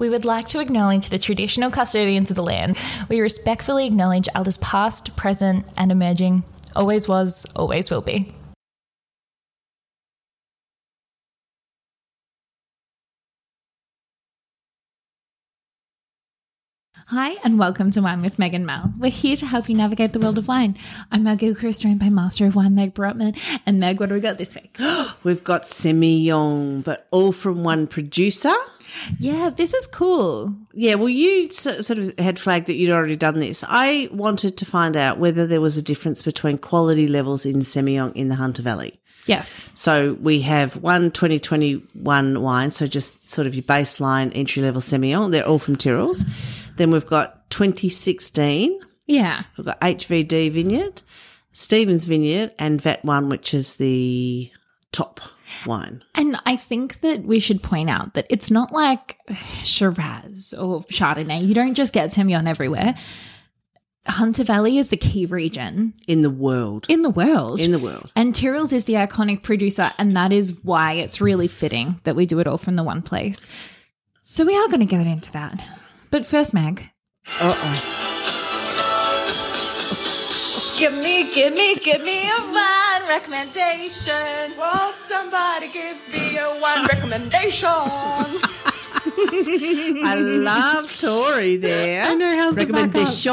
We would like to acknowledge the traditional custodians of the land. We respectfully acknowledge elders past, present, and emerging. Always was, always will be. Hi, and welcome to Wine with Meg and Mel. We're here to help you navigate the world of wine. I'm Mel Gilchrist, joined by Master of Wine, Meg Brotman. And Meg, what do we got this week? We've got Semillon, but all from one producer. Yeah, this is cool. Yeah, well, you so- sort of had flagged that you'd already done this. I wanted to find out whether there was a difference between quality levels in Semillon in the Hunter Valley. Yes. So we have one 2021 wine, so just sort of your baseline entry level Semillon. They're all from Tyrrell's. Then we've got 2016. Yeah. We've got HVD Vineyard, Stevens Vineyard, and Vat One, which is the top wine. And I think that we should point out that it's not like Shiraz or Chardonnay. You don't just get Semillon everywhere. Hunter Valley is the key region in the world. in the world. In the world. and Tyrrell's is the iconic producer, and that is why it's really fitting that we do it all from the one place. So we are going to go into that. But first, Mag. Uh-oh. Give me, give me, give me a wine recommendation. Won't somebody give me a wine recommendation? I love Tori there. I know, how's the Recommendation.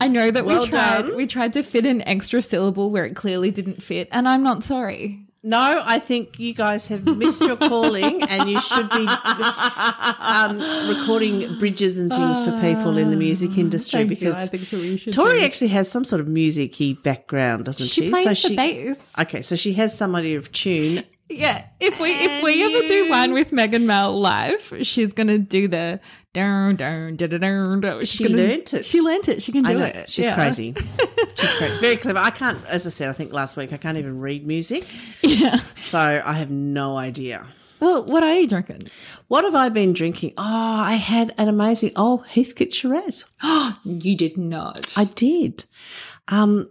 I know, but Well we tried. done. We tried to fit an extra syllable where it clearly didn't fit, and I'm not sorry. No, I think you guys have missed your calling and you should be um, recording bridges and things for people in the Ah, music industry because she, we should. Tori actually has some sort of musicy background, doesn't she? She plays the bass. Okay, so she has some idea of tune. yeah, if we if we ever do wine with Megan Mel live, she's gonna do the down down da da down. She learnt it. She learnt it. She can do I know it. she's Yeah. crazy. She's crazy. Very clever. I can't, as I said, I think last week I can't even read music, Yeah. so I have no idea. Well, what are you drinking? What have I been drinking? Oh, I had an amazing oh Heathcote Shiraz. You did not. I did. Um,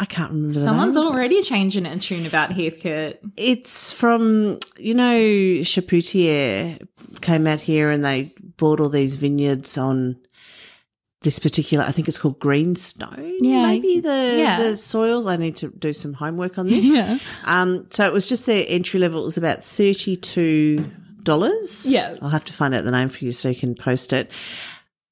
I can't remember. the Someone's name. already changing a tune about Heathcote. It's from you know Chapoutier came out here and they bought all these vineyards on this particular. I think it's called Greenstone. Yeah. maybe the Yeah. the soils. I need to do some homework on this. Um, so it was just their entry level. It was about thirty two dollars. Yeah. I'll have to find out the name for you so you can post it.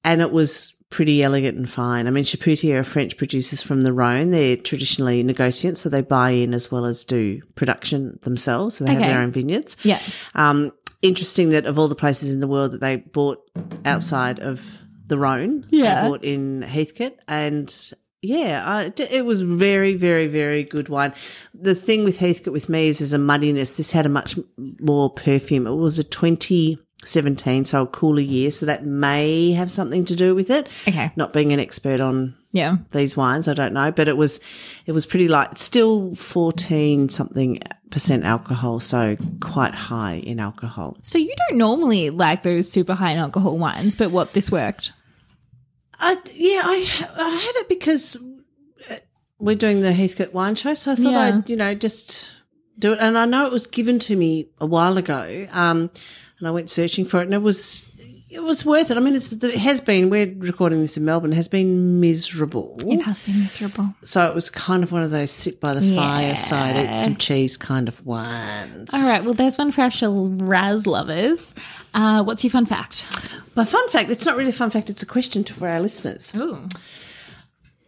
And it was pretty elegant and fine. I mean, Chapoutier are French producers from the Rhone. They're traditionally negotiants, so they buy in as well as do production themselves. So they Okay. have their own vineyards. Yeah. Um, interesting that of all the places in the world that they bought outside of the Rhone, Yeah. they bought in Heathcote, and yeah, I, it was very, very, very good wine. The thing with Heathcote with me is there's a muddiness. This had a much more perfume. It was a 2017, so a cooler year, so that may have something to do with it. Okay. Not being an expert on Yeah. these wines. I don't know, but it was it was pretty light. Still fourteen something percent alcohol, so quite high in alcohol. So you don't normally like those super high in alcohol wines, but what this worked? I yeah, I I had it because uh, we're doing the Heathcote Wine Show, so I thought Yeah. I'd you know just do it. And I know it was given to me a while ago, um, and I went searching for it, and it was. It was worth it. I mean, it's, it has been. We're recording this in Melbourne. It has been miserable. has been miserable. So it was kind of one of those sit by the fireside, eat some cheese kind of ones. All right. Well, there's one for our Shiraz lovers. Uh, what's your fun fact? My fun fact, it's not really a fun fact, it's a question to, for our listeners. Ooh.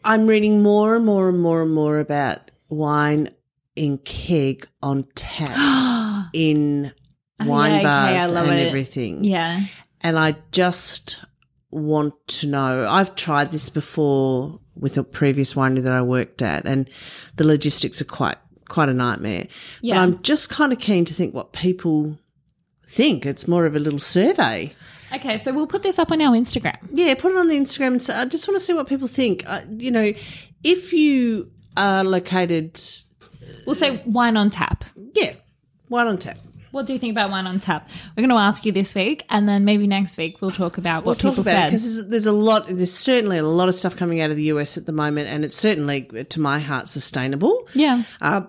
I'm reading more and more and more and more about wine in keg on tap in wine yeah, okay, I bars love and it. everything. Yeah. and I just want to know. I've tried this before with a previous winery that I worked at, and the logistics are quite quite a nightmare. Yeah. But I'm just kind of keen to think what people think. It's more of a little survey. Okay. So we'll put this up on our Instagram. Yeah, put it on the Instagram. And say, I just want to see what people think. Uh, you know, if you are located, We'll say wine on tap. yeah, wine on tap. What do you think about wine on tap? We're going to ask you this week, and then maybe next week we'll talk about what talk people about said. because there's, there's a lot. There's certainly a lot of stuff coming out of the US at the moment, and it's certainly, to my heart, sustainable. Yeah. Uh,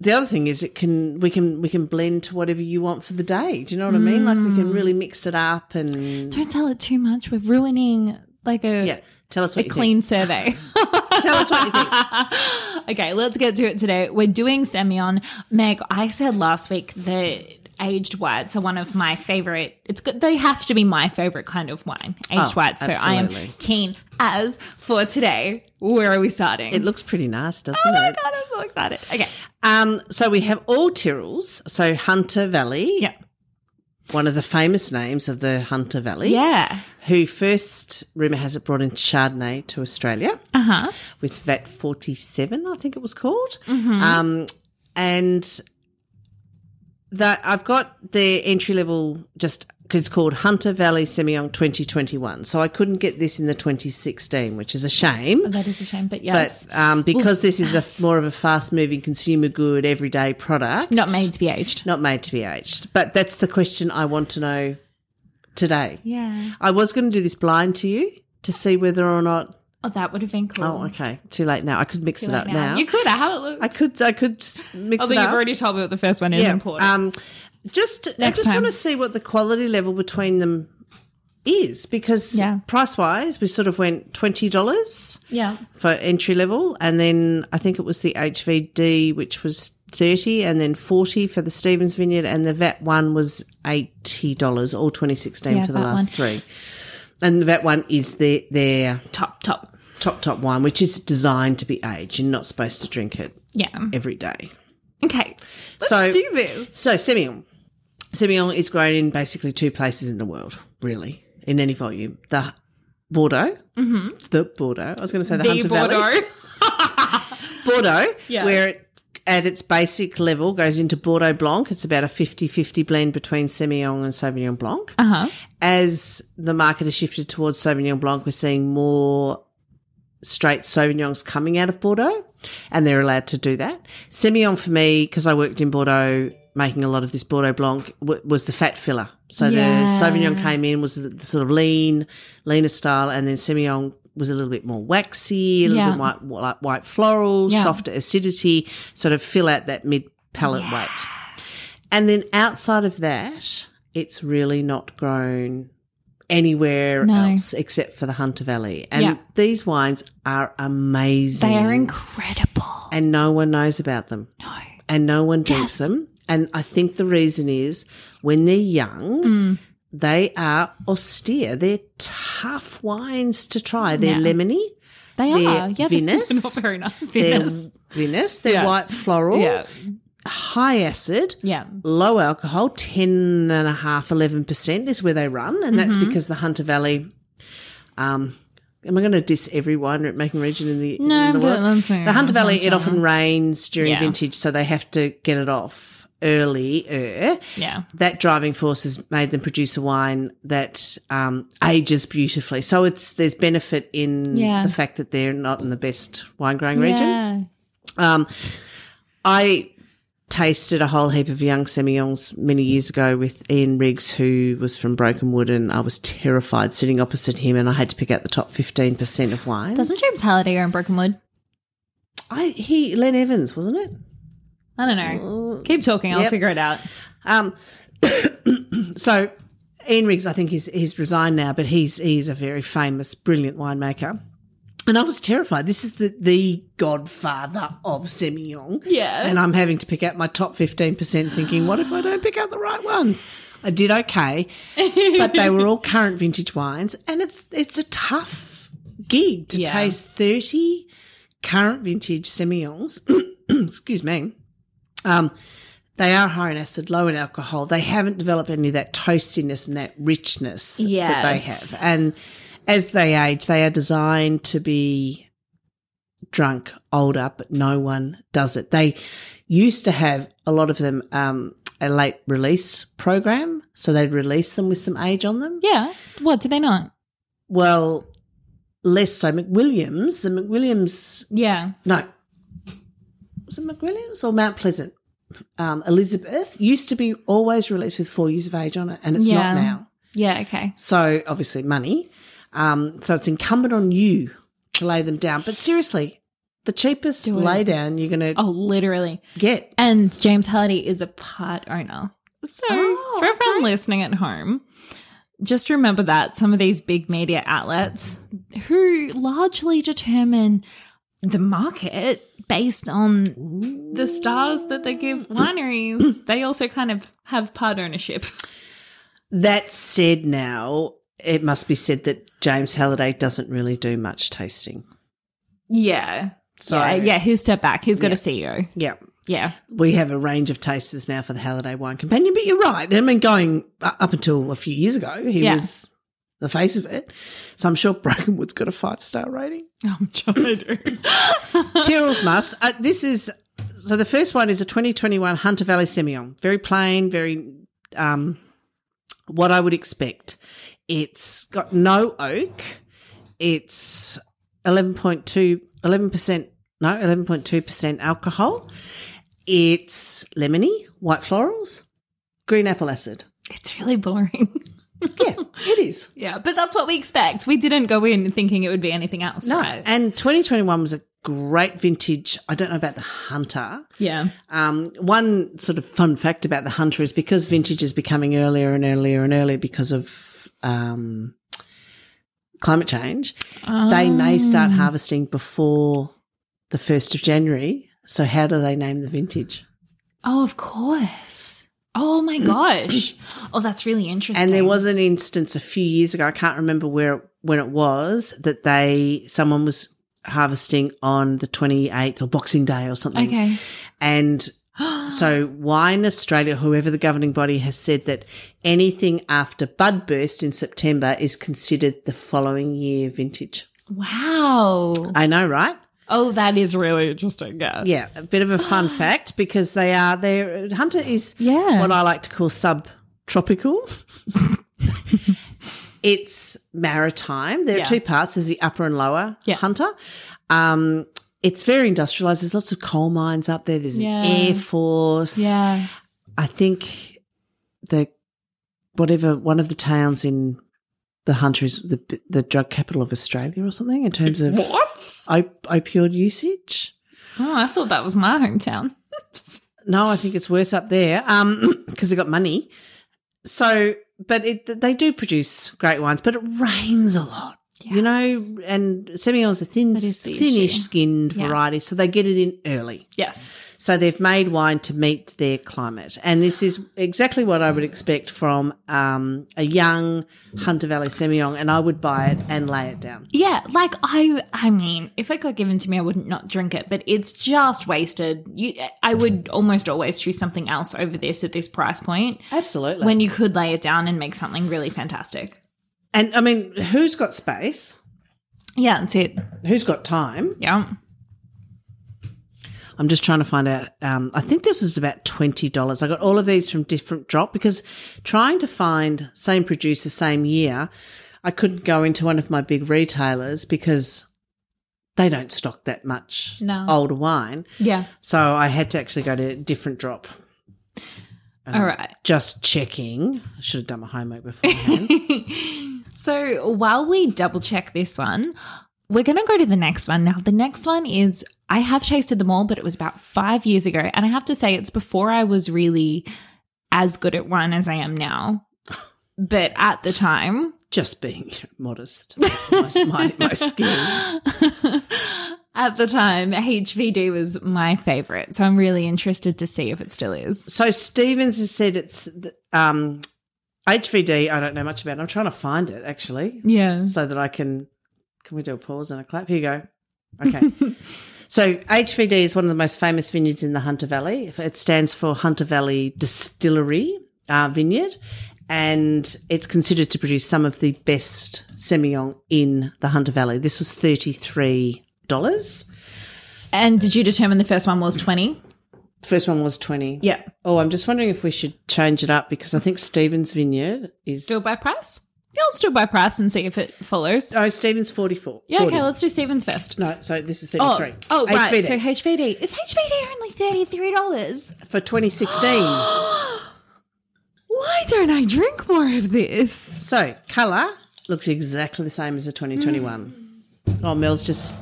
the other thing is it can we can we can blend to whatever you want for the day. Do you know what I mean? Like we can really mix it up and Don't tell it too much. We're ruining like a, yeah. Tell us a what you clean survey. think. Tell us what you think. okay, let's get to it today. We're doing Semyon. Meg, I said last week that aged whites are one of my favorite. It's good. They have to be my favorite kind of wine, aged Oh, whites. So I am absolutely. keen as for today. Where are we starting? It looks pretty nice, doesn't oh my it? god, I'm so excited. Okay, Um, so we have all Tyrrells. So Hunter Valley, yeah, one of the famous names of the Hunter Valley, yeah, who first rumor has it brought in Chardonnay to Australia. uh huh, with VAT 47, I think it was called. Um, and that I've got their entry level just it's called Hunter Valley Semillon 2021. So I couldn't get this in the 2016, which is a shame. Oh, that is a shame, but But yes, um, because this is a more of a fast moving consumer good everyday product, not made to be aged. not made to be aged. But that's the question I want to know today. Yeah, I was going to do this blind to you to see whether or not. oh, that would have been cool. Oh, okay. Too late now. I could mix it Like up now. you could. How it looks. I could I could s- mix Although it you've up. already told me what the first one is important. Um, just Next I just time. want to see what the quality level between them is because Yeah. price wise we sort of went twenty dollars yeah. for entry level and then I think it was the HVD which was thirty and then forty for the Stevens Vineyard and the VAT one was eighty dollars all twenty sixteen Yeah, for the that last three. And the VAT one is their their Top, top. top top wine, which is designed to be aged. You're not supposed to drink it Yeah. every day. Okay. Let's So- do this. So Semillon. Semillon is grown in basically two places in the world, really, in any volume. The Bordeaux, the Bordeaux. I was going to say the, Hunter Valley, Bordeaux, Yeah. where it at its basic level goes into Bordeaux Blanc. It's about a 50-50 blend between Semillon and Sauvignon Blanc. Uh huh. As the market has shifted towards Sauvignon Blanc, we're seeing more straight Sauvignons coming out of Bordeaux, and they're allowed to do that. Semillon for me, because I worked in Bordeaux making a lot of this Bordeaux Blanc, w- was the fat filler. So Yeah. the Sauvignon came in, was the, the sort of lean, leaner style, and then Semillon was a little bit more waxy, a little Yeah. bit white, white, white floral, Yeah. softer acidity, sort of fill out that mid palate weight. And then outside of that, it's really not grown anywhere No. else except for the Hunter Valley. And Yeah. these wines are amazing. They are incredible. and no one knows about them. No. And no one drinks them. And I think the reason is when they're young, Mm. they are austere. They're tough wines to try. They're Yeah. lemony, They They're are. Yeah. they're Venus. Not very nice. they're Venus. vinous, they're Yeah. white floral, Yeah. high acid, Yeah. low alcohol 10 and a half 11% is where they run and that's Mm-hmm. because the hunter valley um am i going to diss every winery making region in the, No, in the but world that's fair the hunter enough, valley that's it fair often rains during Yeah. vintage so they have to get it off earlier Yeah. that driving force has made them produce a wine that um, ages beautifully so it's there's benefit in Yeah. the fact that they're not in the best wine growing region Yeah. um, I tasted a whole heap of young Semillons many years ago with Ian Riggs, who was from Broken Wood, and I was terrified sitting opposite him, and I had to pick out the top fifteen percent of wines. Doesn't James Halliday own Broken Wood? I he Len Evans wasn't it? I don't know. Keep talking. I'll Mm. Yep. figure it out. Um, so Ian Riggs, I think he's he's resigned now, but he's he's a very famous, brilliant winemaker. And I was terrified. This is the, the godfather of Semillon. Yeah. And I'm having to pick out my top 15% thinking, what if I don't pick out the right ones? I did okay, but they were all current vintage wines. And it's it's a tough gig to Yeah. taste 30 current vintage Semillons. Excuse me. Um, they are high in acid, low in alcohol. They haven't developed any of that toastiness and that richness that they Yes. have. And as they age, they are designed to be drunk older, but no one does it. They used to have a lot of them um, a late release program, so they'd release them with some age on them. Yeah. What? Did they not? Well, less so. McWilliams, the McWilliams Yeah. no. Was it McWilliams or Mount Pleasant? Um, Elizabeth used to be always released with four years of age on it, and it's Yeah. not now. Yeah. Okay. So obviously money. Um, so it's incumbent on you to lay them down. But seriously, the cheapest Do it. lay down you're going to Oh, literally. get. And James Halliday is a part owner. So Oh, for everyone listening at home, just remember that some of these big media outlets who largely determine the market based on the stars that they give wineries, they also kind of have part ownership. That said, now it must be said that James Halliday doesn't really do much tasting. Yeah. So yeah, yeah, he's stepped back. He's got Yeah. a CEO. yeah. Yeah. we have a range of tasters now for the Halliday Wine Companion, but you're right. I mean, going u- up until a few years ago, he Yeah. was the face of it. So I'm sure Brokenwood's got a five star rating. Oh, I'm trying to do. Tyrrell's must. Uh, this is so the first one is a 2021 Hunter Valley Semillon. Very plain, very um, what I would expect. It's got no oak. It's 11.2, 11%, no, 11.2% alcohol. It's lemony, white florals, green apple acid. It's really boring. Yeah, it is. Yeah, but that's what we expect. We didn't go in thinking it would be anything else. No. right? And 2021 was a great vintage. I don't know about the Hunter. yeah. Um, one sort of fun fact about the Hunter is because vintage is becoming earlier and earlier and earlier because of um, climate change, they may start harvesting before the 1st of January. So, how do they name the vintage? Oh, of course. Oh my gosh. Oh, that's really interesting. And there was an instance a few years ago, I can't remember where it, when it was, that they someone was harvesting on the 28th or Boxing Day or something. okay. And so Wine Australia, whoever the governing body has said that anything after bud burst in September is considered the following year vintage. Wow. I know, right? Oh, that is really interesting. Yeah. Yeah, a bit of a fun fact because they are there. Hunter is Yeah. what I like to call subtropical. it's maritime. There Yeah. are two parts: is the upper and lower Yeah. Hunter. Um, it's very industrialized. There's lots of coal mines up there. There's Yeah. an air force. Yeah. I think the whatever one of the towns in the Hunter is the the drug capital of Australia or something in terms of What? op- opioid usage. Oh, I thought that was my hometown. No, I think it's worse up there um because they got money. So, but it, they do produce great wines, but it rains a lot. You know, and Semillon's a thin, That is the thinnish issue. skinned Yeah. variety, so they get it in early. Yes. So they've made wine to meet their climate. And this is exactly what I would expect from um, a young Hunter Valley Semillon. And I would buy it and lay it down. Yeah, like I I mean, if it got given to me, I would not drink it, but it's just wasted. You I would almost always choose something else over this at this price point. Absolutely. when you could lay it down and make something really fantastic. and I mean, who's got space? Yeah, that's it. Who's got time? Yeah. I'm just trying to find out. Um, I think this was about $20. I got all of these from different drop because trying to find same producer, same year, I couldn't go into one of my big retailers because they don't stock that much No. older wine. Yeah. So I had to actually go to a different drop. All right. Just checking. I should have done my homework beforehand. So while we double check this one, we're going to go to the next one. Now, the next one is I have tasted them all, but it was about five years ago. And I have to say, it's before I was really as good at wine as I am now. But at the time, Just being modest. My, my, my skills. at the time, HVD was my favorite. So I'm really interested to see if it still is. So Stevens has said it's th- um, HVD. I don't know much about. I'm trying to find it actually, Yeah. so that I can. Can we do a pause and a clap? Here you go. Okay. so HVD is one of the most famous vineyards in the Hunter Valley. It stands for Hunter Valley Distillery uh, Vineyard, and it's considered to produce some of the best Semillon in the Hunter Valley. This was thirty three dollars. And did you determine the first one was 20? The first one was twenty. Yeah. Oh, I'm just wondering if we should change it up because I think Stevens Vineyard is Do it by price? Yeah, let's do it by price and see if it follows. Oh, Stevens 44. Yeah, 40. okay, let's do Stevens first. No, so this is Oh, 33. oh right. HVD So HVD. Is HVD only $33? for 2016. Why don't I drink more of this? so, colour looks exactly the same as the 2021. Oh, Mel's just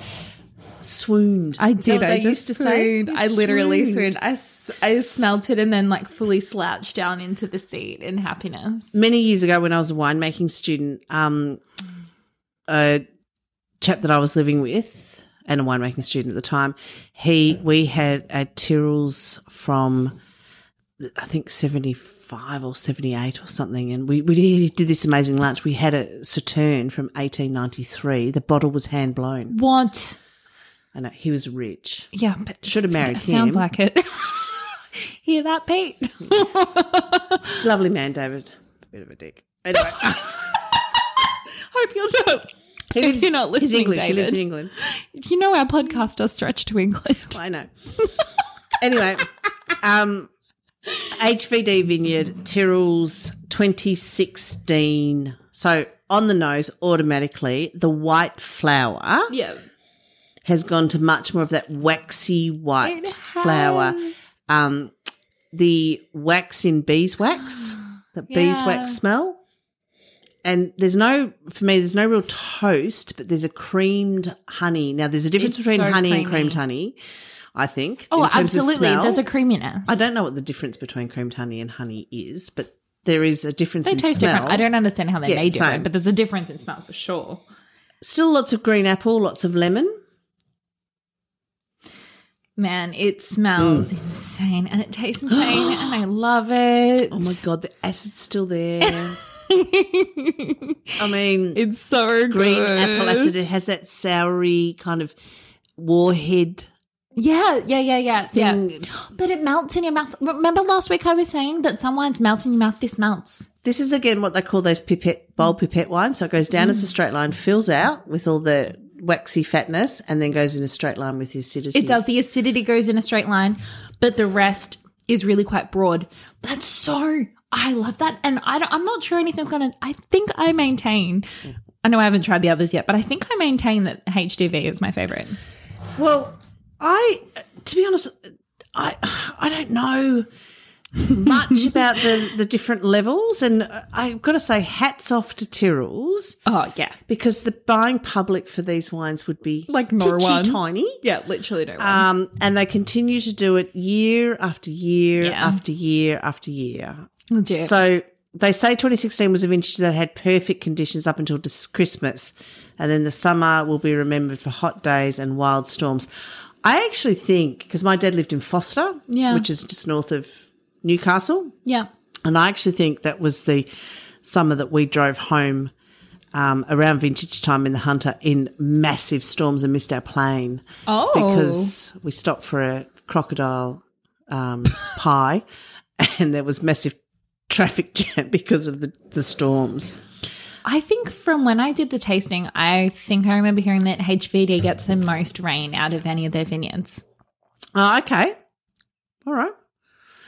swooned. Hmm. I Is that did. what I they used just to say? swooned. You I literally swooned. swooned. I, s- I smelt it and then like fully slouched down into the seat in happiness. many years ago when I was a winemaking student, um, a chap that I was living with and a winemaking student at the time, he we had a Tyrrell's from I think seventy five or seventy eight or something, and we we did, did this amazing lunch. We had a Sauterne from eighteen ninety three. The bottle was hand blown. What? I know he was rich. Yeah, but Should have married Sounds him. like it. Hear that, Pete? Lovely man, David. A bit of a dick. Anyway, Hope you're not. he if you're not he's listening, English. He David. lives in England. You know our podcast does stretch to England. I know. anyway, um, HVD Vineyard Tyrrell's 2016. So on the nose, automatically, the white flower Yeah. has gone to much more of that waxy white It flower. has. Um, the wax in beeswax, the Yeah. beeswax smell. And there's no, for me, there's no real toast, but there's a creamed honey. Now, there's a difference It's between so honey and creamy. creamed honey, I think. Oh, in terms of absolutely. smell. There's a creaminess. I don't know what the difference between creamed honey and honey is, but there is a difference They in taste smell. different. I don't understand how they Yeah, made same. different, but there's a difference in smell for sure. Still lots of green apple, lots of lemon. Man, it smells Mm. insane and it tastes insane and I love it. Oh my god, the acid's still there. I mean, it's so green good. apple acid. It has that soury kind of warhead Yeah, yeah, yeah, yeah, thing. yeah. But it melts in your mouth. Remember last week I was saying that some wines melt in your mouth. This melts. This is again what they call those pipette bowl pipette wines. So it goes down as a Mm. straight line, fills out with all the waxy fatness, and then goes in a straight line with the acidity. It does. The acidity goes in a straight line, but the rest is really quite broad. That's so. I love that, and I don't, I'm not sure anything's gonna. I think I maintain. I know I haven't tried the others yet, but I think I maintain that HDV is my favorite. Well, I to be honest, I I don't know much about the the different levels, and I've got to say, hats off to Tyrrell's. Oh yeah, Because the buying public for these wines would be Like no titchy one. tiny. yeah, literally no one. Um, and they continue to do it year after year Yeah. after year after year. Legit. So they say 2016 was a vintage that had perfect conditions up until dis- Christmas, and then the summer will be remembered for hot days and wild storms. I actually think because my dad lived in Foster, Yeah. which is just north of Newcastle, yeah, and I actually think that was the summer that we drove home um, around vintage time in the Hunter in massive storms and missed our plane oh, because we stopped for a crocodile um, pie and there was massive traffic jam because of the, the storms. I think from when I did the tasting, I think I remember hearing that HVD gets the most rain out of any of their vineyards. Oh, okay. All right.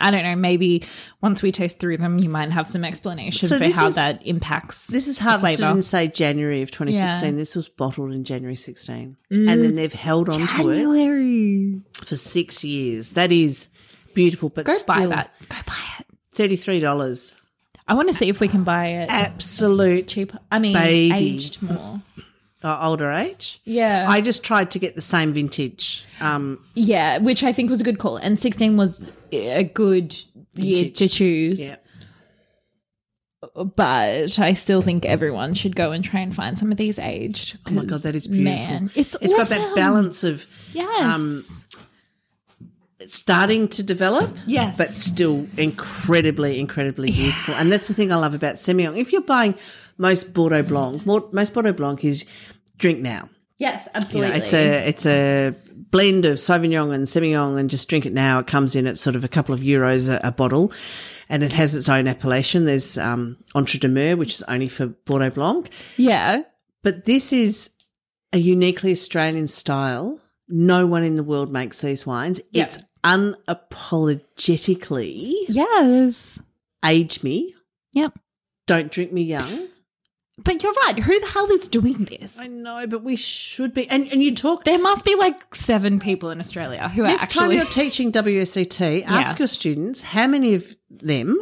I don't know. Maybe once we taste through them, you might have some explanation So for this how is- that impacts. This is harvested flavour. in, say, January of 2016. Yeah. Mm. This was bottled in January 16. And then they've held on to January. it for six years. That is beautiful, but Go buy still that. Go buy it. $33. I want to see if we can buy it Absolute cheap. I mean, Baby. aged more. uh, older age. Yeah, I just tried to get the same vintage. Um, yeah, which I think was a good call. And sixteen was a good year Vintage. to choose. yeah. But I still think everyone should go and try and find some of these aged. Oh my 'cause, god, that is beautiful. Man, it's it's got awesome. that balance um, of Yes. it's starting to develop, Yes. but still incredibly, incredibly youthful. And that's the thing I love about Semillon. If you're buying most Bordeaux Blanc, more, most Bordeaux Blanc is drink now. yes, You know, absolutely. it's a it's a blend of Sauvignon and Semillon, and just drink it now. It comes in at sort of a couple of euros a, a bottle, and it has its own appellation. There's um, Entre de Mer, which is only for Bordeaux Blanc, yeah. but this is a uniquely Australian style. No one in the world makes these wines. Yeah. It's unapologetically Yes. age me, Yep. don't drink me young. But you're right. Who the hell is doing this? I know, but we should be. And and you talk. There must be like seven people in Australia who are Next time actually. you're teaching WSET, ask Yes. your students how many of them,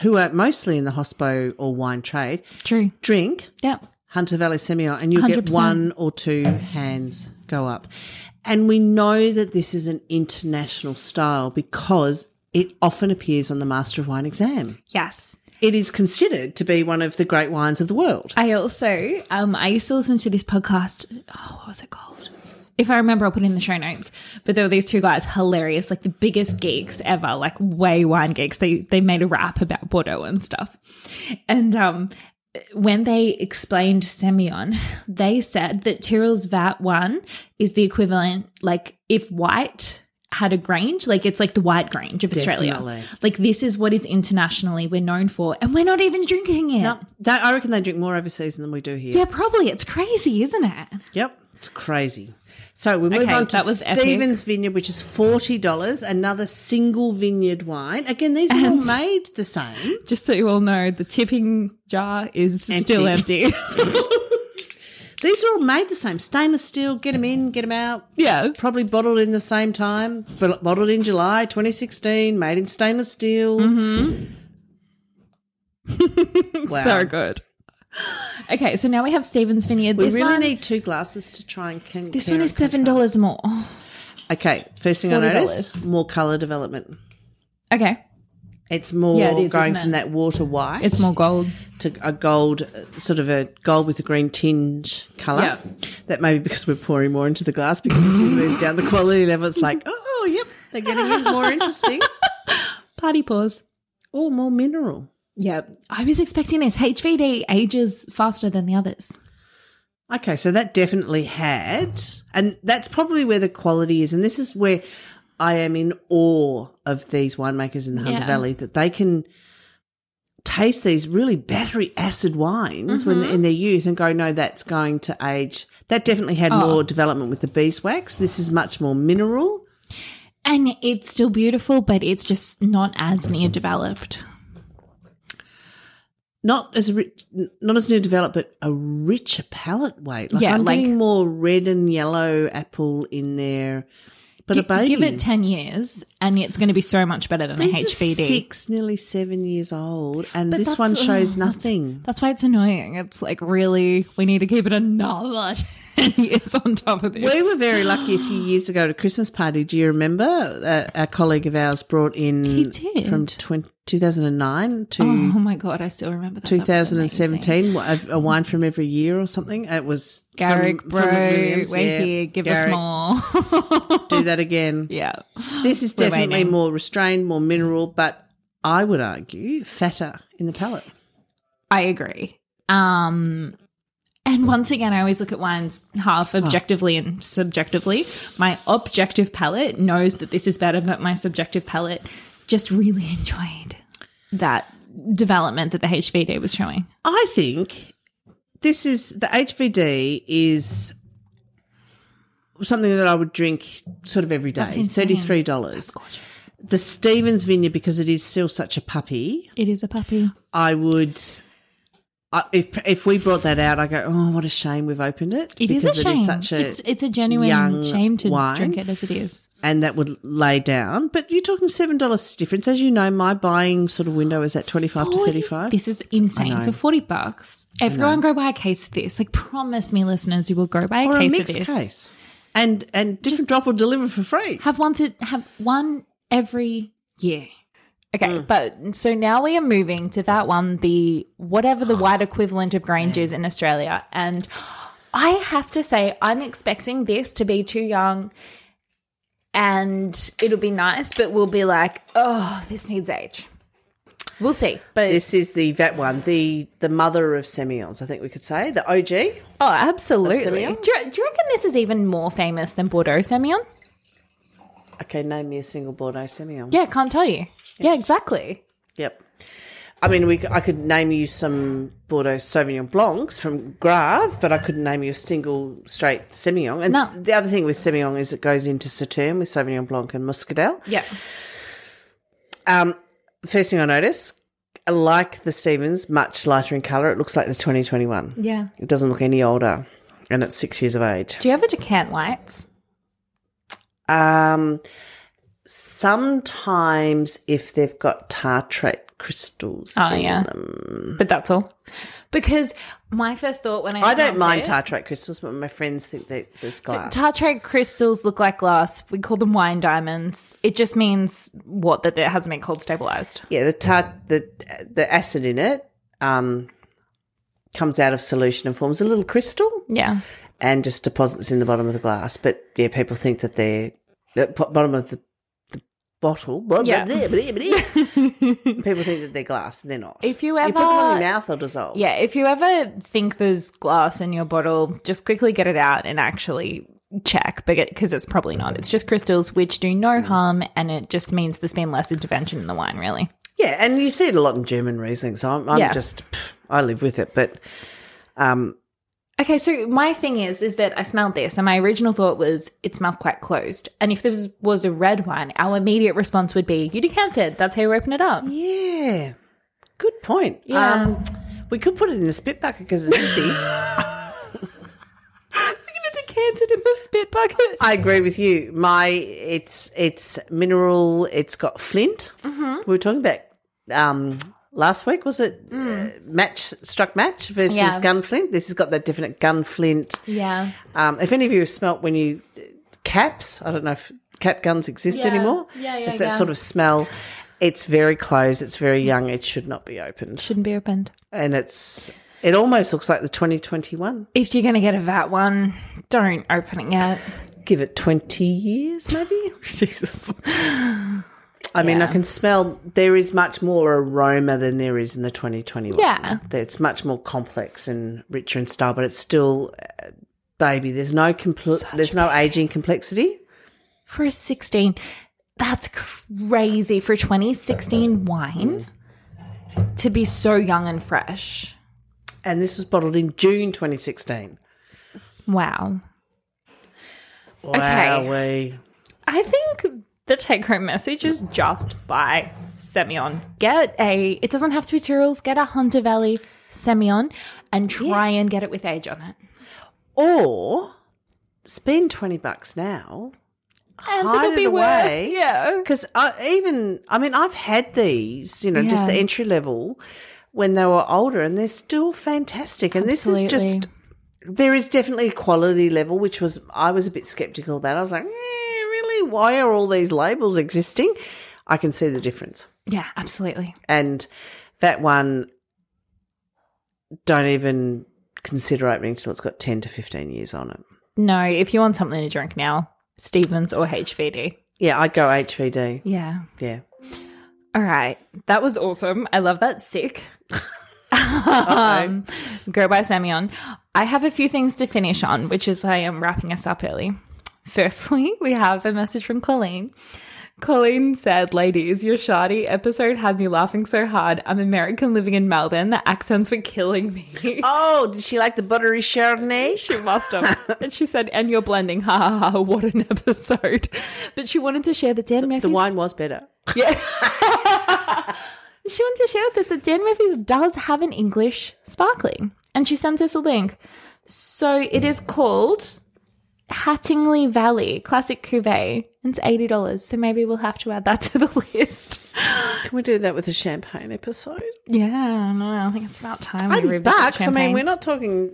who are mostly in the hospo or wine trade, True. drink Yep. Hunter Valley Semillon, and you get 100%. one or two hands go up. And we know that this is an international style because it often appears on the Master of Wine exam. Yes. It is considered to be one of the great wines of the world. I also, um, I used to listen to this podcast. Oh, what was it called? If I remember, I'll put it in the show notes. But there were these two guys, hilarious, like the biggest geeks ever, like way wine geeks. They they made a rap about Bordeaux and stuff. And um, when they explained Semillon, they said that Tyrrell's VAT one is the equivalent, like if white had a grange, like it's like the white grange of Australia. Definitely. Like this is what is internationally we're known for, and we're not even drinking it. No, they, I reckon they drink more overseas than we do here. Yeah, probably. It's crazy, isn't it? Yep, it's crazy. So we move Okay, on to that was epic. Stevens Vineyard, which is forty dollars. Another single vineyard wine. Again, these are all made the same. Just so you all know, the tipping jar is still empty. These are all made the same. Stainless steel. Get them in, get them out. yeah. Probably bottled in the same time. But bottled in July 2016. Made in stainless steel. Mm-hmm. wow. So good. Okay, so now we have Stevens Vineyard. We this really one, need two glasses to try and. Con- this one is seven dollars more. Okay, first thing I noticed: $40. more color development. Okay, It's more Yeah, it is, going isn't it? from that water white. it's more gold. to a gold, uh, sort of a gold with a green tinge colour. Yeah. That may be because we're pouring more into the glass because we move down the quality level. It's like, oh, yep, they're getting in more interesting. Party pause. Oh, more mineral. Yeah, I was expecting this. HVD ages faster than the others. Okay, so that definitely had, and that's probably where the quality is. And this is where I am in awe of these winemakers in the Hunter Yeah. Valley that they can taste these really battery acid wines when Mm-hmm. they're in their youth and go, no, that's going to age. That definitely had Oh. more development with the beeswax. This is much more mineral. And it's still beautiful, but it's just not as near developed. Not as rich, not as near developed, but a richer palate weight. Like Yeah, I'm like- getting more red and yellow apple in there. But a Gi- baby. give it ten years, and it's going to be so much better than These the are HVD. six, nearly seven years old, and But this that's- one shows ugh, nothing. That's why it's annoying. It's like really, we need to keep it another ten years on top of this. We were very lucky a few years ago at a Christmas party. Do you remember? Uh, a colleague of ours brought in did. from 20, 2009 to oh my god, I still remember that. That was amazing. 2017 a, a wine from every year or something. It was from- Garrick, from bro, Williams, we're yeah. here. Give Garrick, us more. Do that again. yeah, This is We're definitely waiting. more restrained, more mineral, but I would argue fatter in the palate. I agree. Um, and once again, I always look at wines half objectively and subjectively. My objective palate knows that this is better, but my subjective palate just really enjoyed that development that the HVD was showing. I think this is the HVD is something that I would drink sort of every day. insane. Thirty-three dollars. The Stevens Vineyard because it is still such a puppy. It is a puppy. I would. I, if if we brought that out, I go. Oh, what a shame we've opened it. It is a because shame. such a, it's, it's a genuine young shame to wine. drink it as it is. and that would lay down. But you're talking seven dollars difference. As you know, my buying sort of window is at twenty-five to thirty-five. This is insane for forty bucks. Everyone go buy a case of this. Like promise me, listeners, you will go buy a or a case mixed of this. case, and and different drop will deliver for free. Have one to have one every year. Okay, but so now we are moving to that one, the whatever the white equivalent of Grange is in Australia. And I have to say, I'm expecting this to be too young and it'll be nice, but we'll be like, oh, this needs age. We'll see. But This is the vet one, the the mother of Semillons, I think we could say, the OG. Oh, absolutely. Semillon? Do you, do you reckon this is even more famous than Bordeaux Semillon? Okay, name me a single Bordeaux Semillon. Yeah, can't tell you. Yeah, exactly. Yep. I mean, we c- I could name you some Bordeaux Sauvignon Blancs from Grave, but I couldn't name you a single straight Semillon. And No. s- the other thing with Semillon is it goes into Sauterne with Sauvignon Blanc and Muscadel. Yeah. Um, first thing I notice, like the Stevens, much lighter in colour. It looks like the 2021. Yeah. It doesn't look any older, and it's six years of age. Do you ever decant whites? Um, sometimes if they've got tartrate crystals, Oh, yeah. But that's all. Oh, Because My first thought when I I don't smelt mind it- tartrate crystals, but my friends think that it's So glass. tartrate crystals look like glass. We call them wine diamonds. It just means what that it hasn't been cold stabilized. yeah, the tart the the acid in it um, comes out of solution and forms a little crystal Yeah, and just deposits in the bottom of the glass. But yeah, people think that they're the po- bottom of the, the bottle. blah, blah, Yeah. blah, blah, blah. people think that they're glass. They're not. If you you put them in ever- your mouth, they'll dissolve. yeah. If you ever think there's glass in your bottle, just quickly get it out and actually check, because it's probably not. It's just crystals which do no harm, and it just means there's been less intervention in the wine, really. Yeah, and you see it a lot in German Riesling, so I'm, I'm Yeah. just, pff, I live with it. But um, Okay, so my thing is, is that I smelled this, and my original thought was it smelled quite closed. And if this was a red wine, our immediate response would be you decanted. That's how you open it up. yeah, good point. Yeah. Um, we could put it in the spit bucket because it's empty. We're gonna decant it in the spit bucket. I agree with you. My, it's it's mineral. It's got flint. Mm-hmm. We were talking about um, last week. Was it uh, match struck match versus Mm. Yeah. gun flint? This has got that definite gun flint. Yeah, Um, if any of you have smelt when you caps, I don't know if cap guns exist Yeah. anymore. Yeah, yeah, It's that yeah. sort of smell. It's very closed. It's very young. It should not be opened, shouldn't be opened. and it's it almost looks like the 2021. If you're gonna get a vat one, don't open it yet. Give it 20 years, maybe. Jesus. I mean, I Yeah. can smell there is much more aroma than there is in the 2021. Yeah. it's much more complex and richer in style, but it's still. Uh, Baby, there's no compl- there's no aging complexity. For a 16, that's crazy. For a 2016 wine to be so young and fresh. And this was bottled in June 2016. Wow. Wow, we I think the take home message is just buy Semyon. Get a, it doesn't have to be Tyrrell's, get a Hunter Valley Semyon and try and get it with age on it. Or spend 20 bucks now. And Hide it'll it be worth, away. yeah. Because I even, I mean, I've had these, you know, just the Yeah. entry level when they were older and they're still fantastic. And this is just, there is definitely a quality level, which was, I was a bit skeptical about. I was like, eh, really? Why are all these labels existing? I can see the difference. Yeah, absolutely. And that one, don't even consider opening till it's got 10 to 15 years on it. No, if you want something to drink now, Stevens or HVD. Yeah, I'd go HVD. Yeah. Yeah. All right. That was awesome. I love that. Sick. um, go by Samion. I have a few things to finish on, which is why I'm wrapping us up early. Firstly, we have a message from Colleen. Colleen said, Ladies, your shoddy episode had me laughing so hard. I'm American living in Melbourne. The accents were killing me. Oh, did she like the buttery Chardonnay? She must have. and she said, And you're blending. Ha ha ha. What an episode. But she wanted to share the Dan Murphy's. The wine was better. Yeah. she wanted to share with us that Dan Murphy's does have an English sparkling, and she sent us a link. So it is called Hattingley Valley Classic Cuvée. and It's eighty dollars, so maybe we'll have to add that to the list. Can we do that with a champagne episode? Yeah, no, I think it's about time we Eighty revisit bucks. I mean, champagne. we're not talking.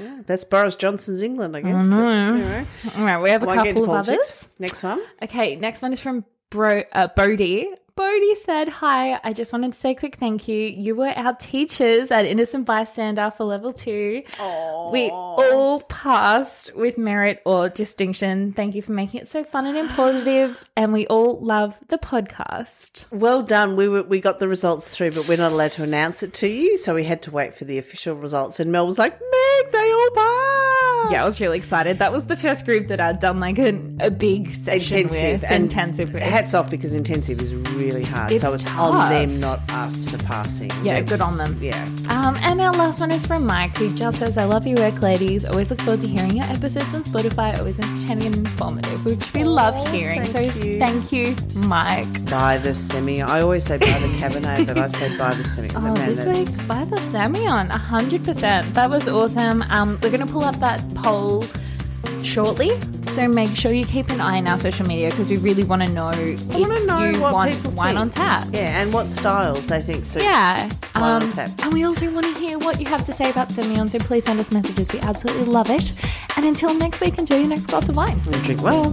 Yeah, that's Boris Johnson's England, I guess. but, you know, All right, we have a won't get into couple of politics. others. Next one. Okay, next one is from Bro uh, Bodie. Bodie said, "Hi, I just wanted to say a quick thank you. You were our teachers at Innocent Bystander for level two. We all passed with merit or distinction. Thank you for making it so fun and informative, and we all love the podcast. Well done. We were, we got the results through, but we're not allowed to announce it to you, so we had to wait for the official results. And Mel was like, "Meg, they all passed." Yeah, I was really excited. That was the first group that I'd done like an, a big session intensive with, and intensive with. Hats off because intensive is really hard. so It's it's tough. on them, not us, for passing. Yeah, That good was- on them. Yeah. Um, and our last one is from Mike, who just says, I love your work, ladies. Always look forward to hearing your episodes on Spotify. Always entertaining and informative, which we love hearing. thank so you. thank you, Mike. Buy the semi. I always say buy the Cabernet, but I say buy the semi. Oh, this week, by the Samion, 100%. That was awesome. Um, we're going to pull up that poll shortly. So make sure you keep an eye on our social media because we really want to know if I want to know you what want people wine think. on tap. Yeah, and what styles they think suits Yeah. wine Um, on tap. and we also want to hear what you have to say about Semillon, so please send us messages. We absolutely love it. And until next week, enjoy your next glass of wine. And drink well.